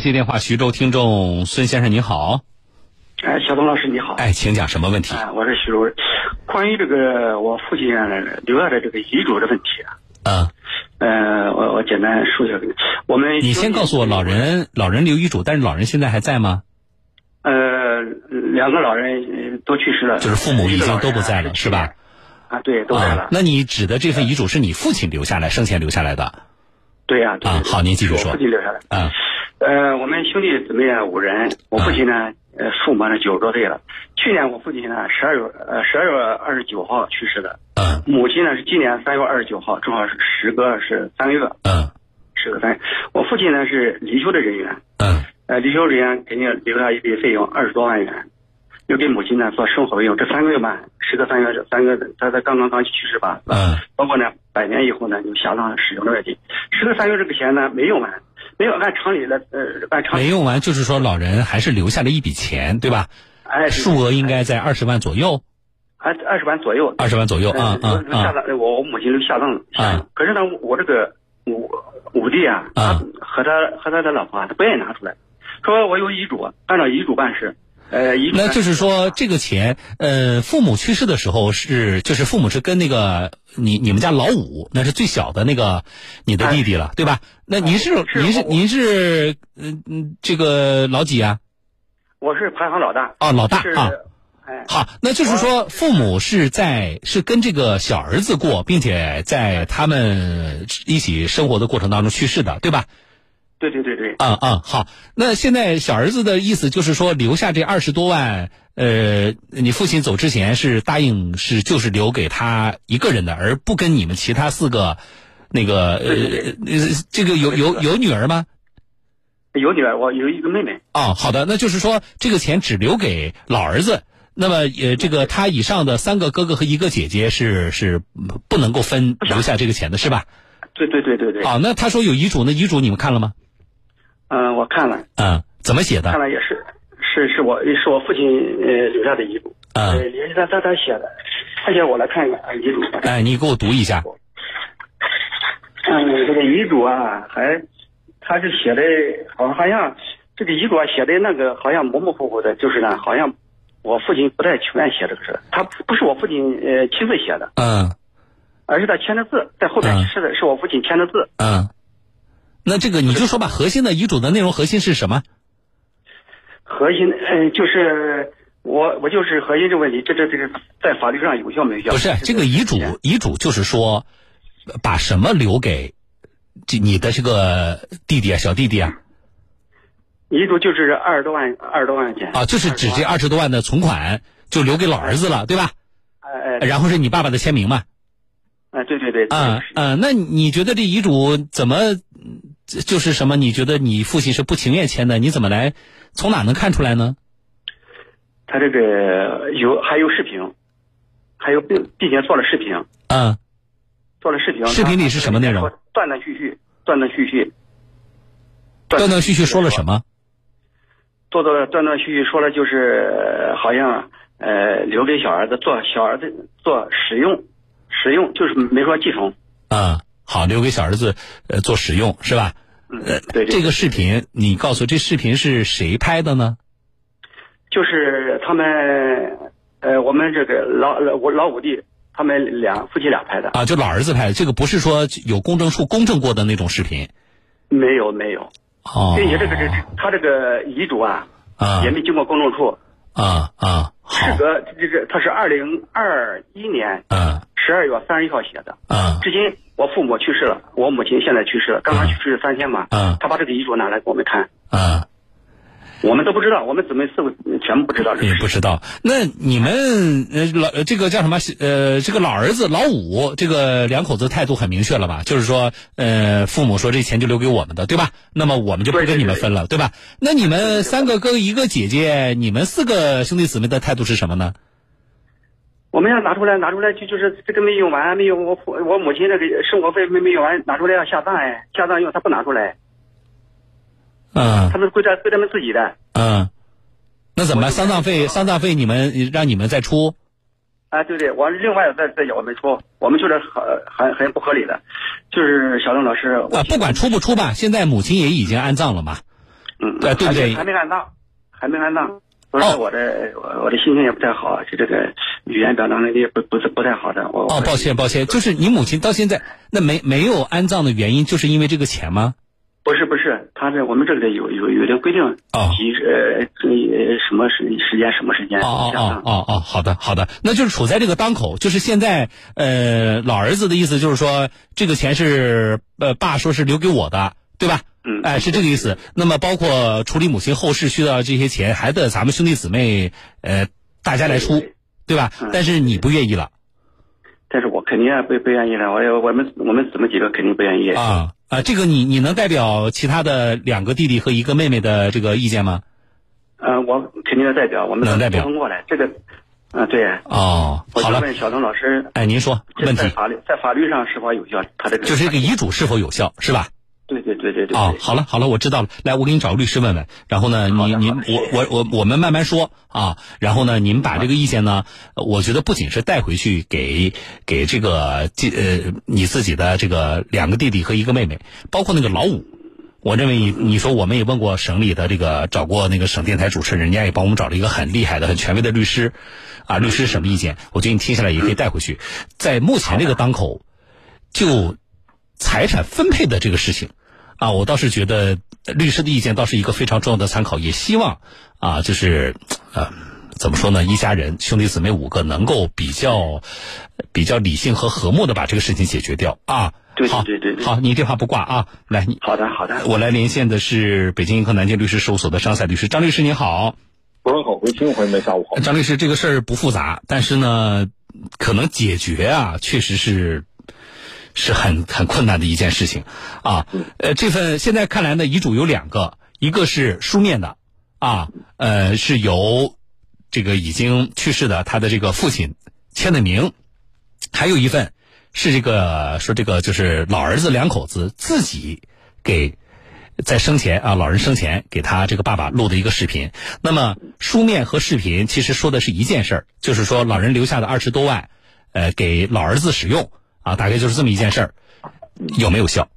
接电话，徐州听众孙先生您好，哎，小东老师你好，哎，请讲什么问题？哎，我是徐州人。关于这个我父亲留下的这个遗嘱的问题啊，嗯，呃，我我简单说一下给你。我们你先告诉我，老人老人留遗嘱，但是老人现在还在吗？呃，两个老人呃都去世了，就是父母已经都不在了，是吧？？啊，对，都在啊了，。那你指的这份遗嘱是你父亲留下来生前留下来的？对呀，对啊好您继续是说我父亲留下来。啊，呃，我们兄弟姊妹啊五人，我父亲啊呢，呃，父母呢九十多岁了。去年我父亲呢十二月呃十二月二十九号去世的，嗯母亲呢是今年三月二十九号，正好是时隔是三个月，嗯时隔三个月。我父亲呢是离休的人员，嗯呃，离休人员给你留下一笔费用二十多万元，又给母亲呢做生活费用。这三个月吧，时隔三个月，三个月他他刚刚刚去世吧，嗯包括呢百年以后呢就下葬使用的问题。时隔三个月这个钱呢没用完，没有按常理来呃按常理没用完，就是说老人还是留下了一笔钱，对吧？哎数额应该在二十万左右，二二十万左右。二十万左右啊嗯啊嗯下啊！葬，我我母亲就下葬了。啊可是呢，我这个我五弟啊，啊他和他和他的老婆啊，他不愿意拿出来，说我有遗嘱，啊按照遗嘱办事。呃，遗嘱呢那就是说，这个钱，呃，父母去世的时候是，就是父母是跟那个你你们家老五，那是最小的那个你的弟弟了，对吧？那您是是您是我您是嗯嗯这个老几啊？我是排行老大，啊，老大是啊。哎，好，那就是说，父母是在是跟这个小儿子过，并且在他们一起生活的过程当中去世的，对吧？对对对对，啊、啊、好。那现在小儿子的意思就是说，留下这二十多万，呃，你父亲走之前是答应是就是留给他一个人的，而不跟你们其他四个，那个呃呃，这个有有有女儿吗？有女儿，我有一个妹妹，哦，好的，那就是说这个钱只留给老儿子。那么，呃，这个他以上的三个哥哥和一个姐姐是是嗯不能够分留下这个钱的，是吧？对对对对对，哦，那他说有遗嘱，那遗嘱你们看了吗？嗯，我看了嗯，怎么写看的？了也是。是是我是我父亲呃留下的遗嘱，呃嗯，留下他他写的，他写我来看一看啊遗嘱，哎，你给我读一下。嗯，这个遗嘱啊，还他是写的，好好像这个遗嘱啊写的那个好像模模糊糊的，就是呢，好像我父亲不太情愿写这个事儿，他不是我父亲呃亲自写的，嗯而是他签的字，在后嗯边是的是我父亲签的字，嗯，那这个你就说吧，核心的遗嘱的内容核心是什么？核心呃就是我我就是核心这问题，这这这个在法律上有效没有效？不是这个遗嘱，遗嘱就是说，呃把什么留给这你的这个弟弟啊，小弟弟啊，遗嘱就是二十多万二十多万块钱啊，就是指这二十多万的存款就留给老儿子了，对吧？哎哎然后是你爸爸的签名嘛？哎对对对，啊、是啊、那你觉得这遗嘱怎么嗯这就是什么？你觉得你父亲是不情愿签的，你怎么来从哪能看出来呢？他这个有还有视频，还有并并且做了视频。嗯做了视频。视频里是什么内容？断断续续，断断续续，断断续续说了什么？做做断断续续说了，就是呃好像呃留给小儿子做小儿子做使用，使用就是没说继承。嗯，好，留给小儿子呃做使用是吧？嗯呃，，对这个视频你告诉我这视频是谁拍的呢？就是他们呃我们这个老老我老五弟他们俩夫妻俩拍的，啊，就老儿子拍的，这个不是说有公证处公证过的那种视频。没有没有，哦，并且这个这这他这个遗嘱啊啊也没经过公证处，啊啊，事好，隔这个他是二零二一年嗯十二月三十一号写的。嗯至今我父母去世了，我母亲现在去世了，刚刚去世三天嘛。嗯他把这个遗嘱拿来给我们看，嗯。我们都不知道，我们姊妹四个全部不知道这也个事。不知道。那你们呃老呃这个叫什么呃这个老儿子老五这个两口子态度很明确了吧？就是说呃父母说这钱就留给我们的，对吧？那么我们就不对对跟你们对分了，对吧？那你们三个哥一个姐姐，你们四个兄弟姊妹的态度是什么呢？我们要拿出来，拿出来就就是这个没用完，没用我父我母亲那个生活费没没用完，拿出来要下葬哎，下葬用他不拿出来，嗯他们归他归他们自己的。嗯，那怎么办？丧葬费丧葬费你们让你们再出？啊，对对，我另外再再咬我们出，我们就是很很很不合理的，就是小邓老师，我啊，不管出不出吧，现在母亲也已经安葬了嘛，嗯，对对不对哦还没按当，还没按当。不是我的，我我的心情也不太好，就这个语言表达能力不不是不太好的。我哦，抱歉，抱歉，就是你母亲到现在那没没有安葬的原因，就是因为这个钱吗？不是不是，他这我们这里有有有的规定，哦几呃呃什么时时间什么时间哦下哦葬。哦哦哦，好的好的，那就是处在这个当口，就是现在呃，老儿子的意思就是说，这个钱是呃爸说是留给我的，对吧？嗯哎，是这个意思。那么包括处理母亲后事需要这些钱，还得咱们兄弟姊妹呃大家来出对，对吧嗯？但是你不愿意了但是我肯定也不不愿意的，我也我们我们姊妹几个肯定不愿意。啊啊，这个你你能代表其他的两个弟弟和一个妹妹的这个意见吗？嗯，我肯定要代表，我们能代表通过来这个，嗯，对。哦，我好就了，问小东老师，哎，您说这问在题法律在法律上是否有效？他这个就是这个遗嘱是否有效，是吧？对对对对对啊、对好了好了，我知道了。来，我给你找个律师问问。然后呢，好你的你好的谢我谢我我我们慢慢说啊。然后呢，您把这个意见呢，呃我觉得不仅是带回去给给这个这呃你自己的这个两个弟弟和一个妹妹，包括那个老五。我认为你你说我们也问过省里的这个找过那个省电台主持人，人家也帮我们找了一个很厉害的、很权威的律师，啊，律师什么意见？我觉得你听下来也可以带回去。在目前这个当口，就财产分配的这个事情，啊，我倒是觉得呃律师的意见倒是一个非常重要的参考，也希望啊，就是呃，怎么说呢，一家人兄弟姊妹五个能够比较比较理性和和睦的把这个事情解决掉啊。对好，对对对好，你电话不挂啊，来，你好的好的。我来连线的是北京银科南京律师事务所的张赛律师，张律师您好。主任好，各位听众朋友们，下午好。张律师，这个事儿不复杂，但是呢，可能解决啊，确实是是很很困难的一件事情啊。嗯呃，这份现在看来呢，遗嘱有两个，一个是书面的啊，呃，是由这个已经去世的他的这个父亲签的名，还有一份是这个说这个就是老儿子两口子自己给在生前啊，老人生前给他这个爸爸录的一个视频。那么书面和视频其实说的是一件事儿，就是说老人留下的二十多万，呃，给老儿子使用啊，大概就是这么一件事儿，有没有效？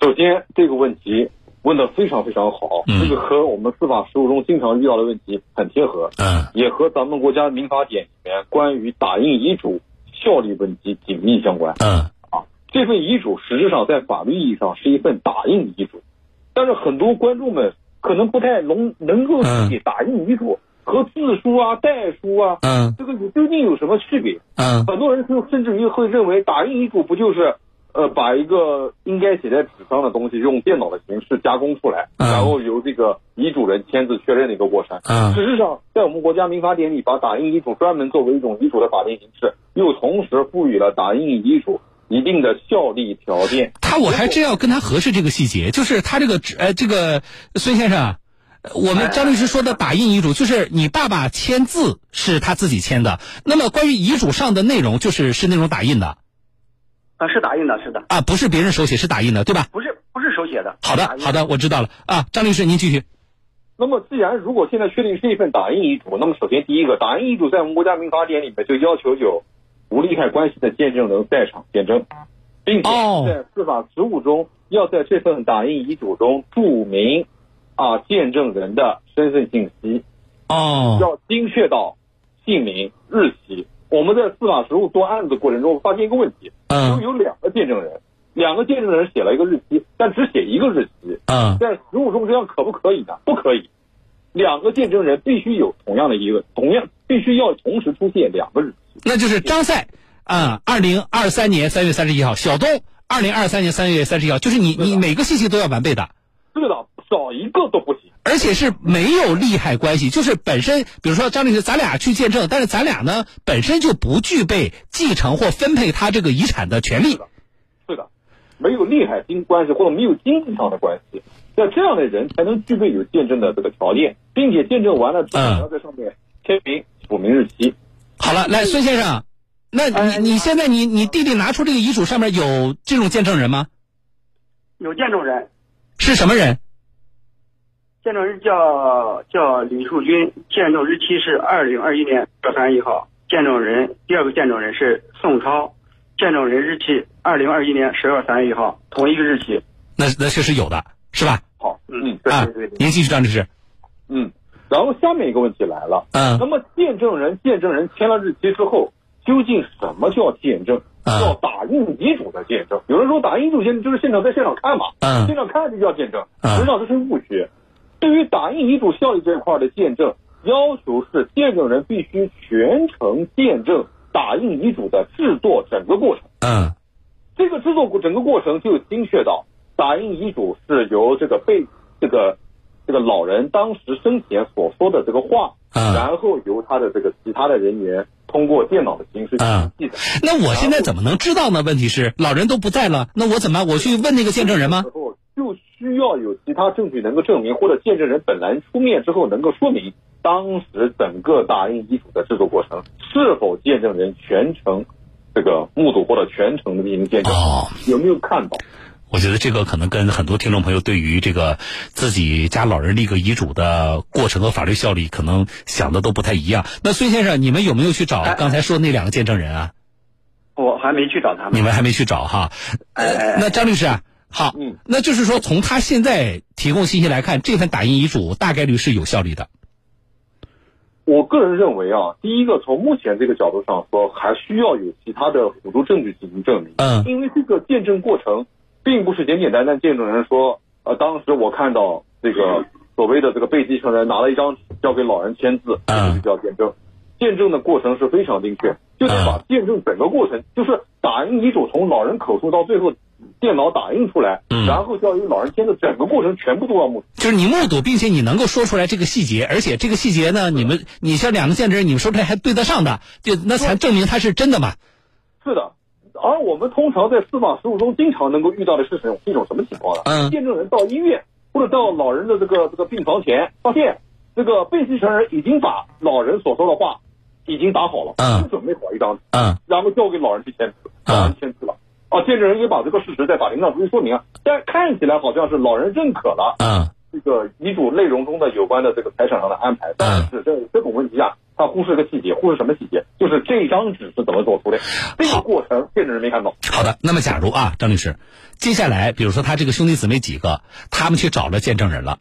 首先，这个问题问的非常非常好，嗯这个和我们司法实务中经常遇到的问题很贴合，嗯也和咱们国家民法典里面关于打印遗嘱效力问题紧密相关。嗯这份遗嘱实质上在法律意义上是一份打印遗嘱，但是很多观众们可能不太能能够理解打印遗嘱和自书啊、代书啊，嗯这个有究竟有什么区别？嗯很多人就甚至于会认为打印遗嘱不就是呃把一个应该写在纸上的东西用电脑的形式加工出来，嗯然后由这个遗嘱人签字确认的一个过程。嗯事实上，在我们国家民法典里，把打印遗嘱专门作为一种遗嘱的法定形式，又同时赋予了打印遗嘱一定的效力条件。他我还真要跟他核实这个细节，就是他这个纸呃这个孙先生啊，呃我们张律师说的打印遗嘱，就是你爸爸签字是他自己签的，那么关于遗嘱上的内容就是是那种打印的啊，是打印的，是的，啊，不是别人手写是打印的，对吧？不是不是手写的。好打的印好。的，我知道了啊，张律师您继续。那么，既然如果现在确定是一份打印遗嘱，那么首先第一个，打印遗嘱在我们国家民法典里面就要求有无利害关系的见证人在场见证，并且哦在司法实务中要在这份打印遗嘱中注明啊见证人的身份信息，哦，要精确到姓名、日期。我们在司法实务做案子过程中发现一个问题，就嗯有两个见证人，两个见证人写了一个日期，但只写一个日期，嗯在实务中这样可不可以呢？不可以，两个见证人必须有同样的一个，同样必须要同时出现两个日期。那就是张赛啊，二零二三年三月三十一号，小东二零二三年三月三十一号，就是你你每个信息都要完备的，对的，少一个都不行。而且是没有利害关系，就是本身，比如说张律师，咱俩去见证，但是咱俩呢本身就不具备继承或分配他这个遗产的权利。对的，没有利害经关系或者没有经济上的关系，那这样的人才能具备有见证的这个条件，并且见证完了之后嗯还要在上面签名、署名日期。好了，来孙先生，那哎你你现在你你弟弟拿出这个遗嘱上面有这种见证人吗？有见证人，是什么人？见证人叫叫李树军，见证日期是二零二一年二月三十一号。见证人第二个见证人是宋超，见证人日期二零二一年十月三十一号，同一个日期。那那确实有的，是吧？好，嗯，对啊对对，对，您继续，张律师。嗯。然后下面一个问题来了，那嗯么见证人见证人签了日期之后，究竟什么叫见证？嗯叫打印遗嘱的见证。有人说打印遗嘱见证就是现场在现场看嘛，现嗯场看就叫见证，嗯实际上这是误区。对于打印遗嘱效力这一块的见证，要求是见证人必须全程见证打印遗嘱的制作整个过程。嗯这个制作过整个过程就有精确到，打印遗嘱是由这个被这个这个老人当时生前所说的这个话，嗯然后由他的这个其他的人员通过电脑的形式进行嗯记载。那我现在怎么能知道呢？问题是老人都不在了，那我怎么办我去问那个见证人吗之？后就需要有其他证据能够证明，或者见证人本人出面之后能够说明当时整个打印遗嘱的制作过程是否见证人全程这个目睹或者全程的进行见证，哦，有没有看到？我觉得这个可能跟很多听众朋友对于这个自己家老人立个遗嘱的过程和法律效力，可能想的都不太一样。那孙先生，你们有没有去找刚才说那两个见证人啊？我还没去找他你们。们还没去找哈？呃，那张律师啊，好嗯，那就是说从他现在提供信息来看，这份打印遗嘱大概率是有效力的。我个人认为啊，第一个从目前这个角度上说，还需要有其他的辅助证据进行证明，嗯因为这个见证过程并不是简简单单见证人说，呃，当时我看到这个所谓的这个被继承人拿了一张纸交给老人签字，嗯这就叫见证。见证的过程是非常精确，就得把见证整个过程，就是打印遗嘱从老人口述到最后电脑打印出来，嗯然后交由老人签字，整个过程全部都要目就是你目睹，并且你能够说出来这个细节，而且这个细节呢，你们你像两个见证人，你们说出来还对得上的，就那才证明它是真的嘛。是的，而我们通常在司法实务中经常能够遇到的是什么一种什么情况呢？啊嗯见证人到医院或者到老人的这个这个病房前，发现这个被继承人已经把老人所说的话已经打好了，嗯就准备好一张纸，嗯然后交给老人去签字，嗯老人签字了。啊，见证人也把这个事实在法庭上逐一说明啊，但看起来好像是老人认可了嗯这个遗嘱内容中的有关的这个财产上的安排，但是在这种问题下，他忽视个细节，忽视什么细节？就是这张纸是怎么做出的，这个过程见证人没看到。好的，那么假如啊，张律师，接下来比如说他这个兄弟姊妹几个，他们去找了见证人了。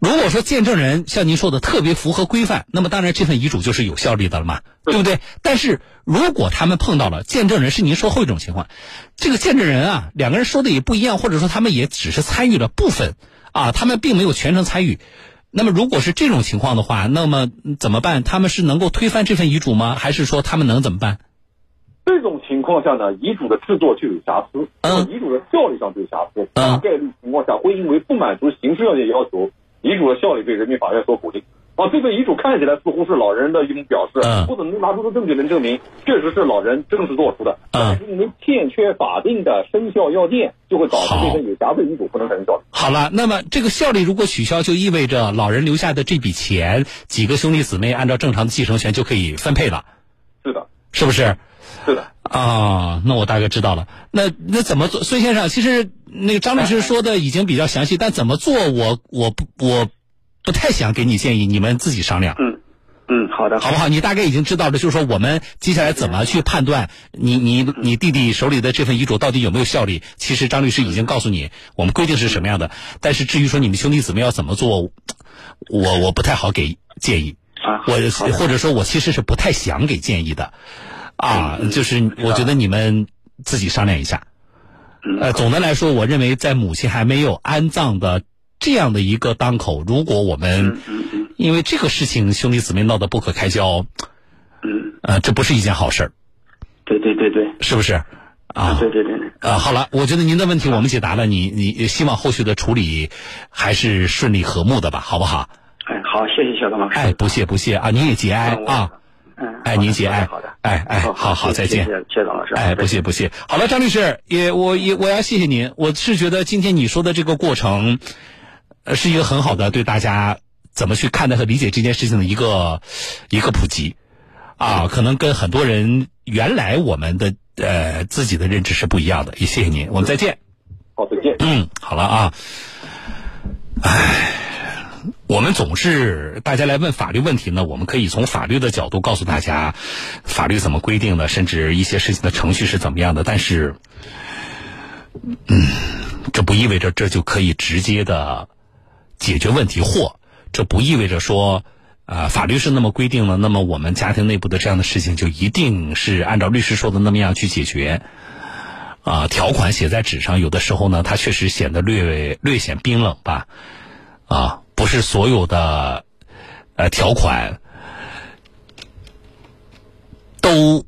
如果说见证人像您说的特别符合规范，那么当然这份遗嘱就是有效力的了嘛，对不对？但是如果他们碰到了见证人是您说后一种情况，这个见证人啊，两个人说的也不一样，或者说他们也只是参与了部分啊，他们并没有全程参与。那么如果是这种情况的话，那么嗯怎么办？他们是能够推翻这份遗嘱吗？还是说他们能怎么办？这种情况下呢，遗嘱的制作就有瑕疵，嗯遗嘱的效力上就有瑕疵，嗯大概率情况下会因为不满足刑事要件要求，遗嘱的效力被人民法院所否定。啊，这份遗嘱看起来似乎是老人的一种表示，嗯或者能拿出的证据能证明确实是老人正式做出的，嗯但是因为欠缺法定的生效要件，就会导致这份有瑕疵遗嘱不能产生效力。好了，那么这个效力如果取消，就意味着老人留下的这笔钱，几个兄弟姊妹按照正常的继承权就可以分配了，是的，是不是？是的。啊，那我大概知道了。那那怎么做？孙先生，其实那个张律师说的已经比较详细，但怎么做我，我不我不太想给你建议，你们自己商量，嗯嗯，好的，好不好？你大概已经知道了，就是说我们接下来怎么去判断你你你弟弟手里的这份遗嘱到底有没有效力？其实张律师已经告诉你，我们规定是什么样的。但是至于说你们兄弟姊妹要怎么做，我我不太好给建议。啊，我好的或者说，我其实是不太想给建议的，啊，嗯就是我觉得你们自己商量一下。嗯呃，总的来说，我认为在母亲还没有安葬的这样的一个当口，如果我嗯们因为这个事情兄弟姊妹闹得不可开交，嗯，呃，这不是一件好事儿，对对对对，是不是？啊，对对对对，啊，好了，我觉得您的问题我们解答了，你你希望后续的处理还是顺利和睦的吧，好不好？哎，好，谢谢小刚老师。哎，不谢不谢啊，您也节哀嗯我啊。嗯，哎，您节哀，好的，哎哎，好好好，再见谢。谢谢谢老师，哎，不谢不谢。好了，张律师，也我也我要谢谢您。我是觉得今天你说的这个过程，呃，是一个很好的对大家怎么去看待和理解这件事情的一个一个普及啊，可能跟很多人原来我们的呃自己的认知是不一样的。也谢谢您，我们再见。好，再见。嗯， 好了啊，唉，我们总是大家来问法律问题呢，我们可以从法律的角度告诉大家，法律怎么规定的，甚至一些事情的程序是怎么样的。但是，嗯，这不意味着这就可以直接的解决问题，或这不意味着说。啊、法律是那么规定了，那么我们家庭内部的这样的事情就一定是按照律师说的那么样去解决。啊、条款写在纸上，有的时候呢，它确实显得略略显冰冷吧。啊，不是所有的呃条款都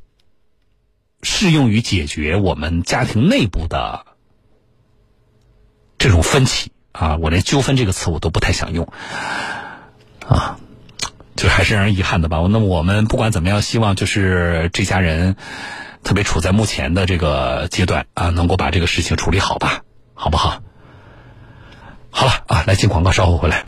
适用于解决我们家庭内部的这种分歧啊。我连纠纷这个词我都不太想用。就还是让人遗憾的吧。那么我们不管怎么样，希望就是这家人，特别处在目前的这个阶段啊，能够把这个事情处理好吧，好不好？好了啊，来进广告，稍后回来。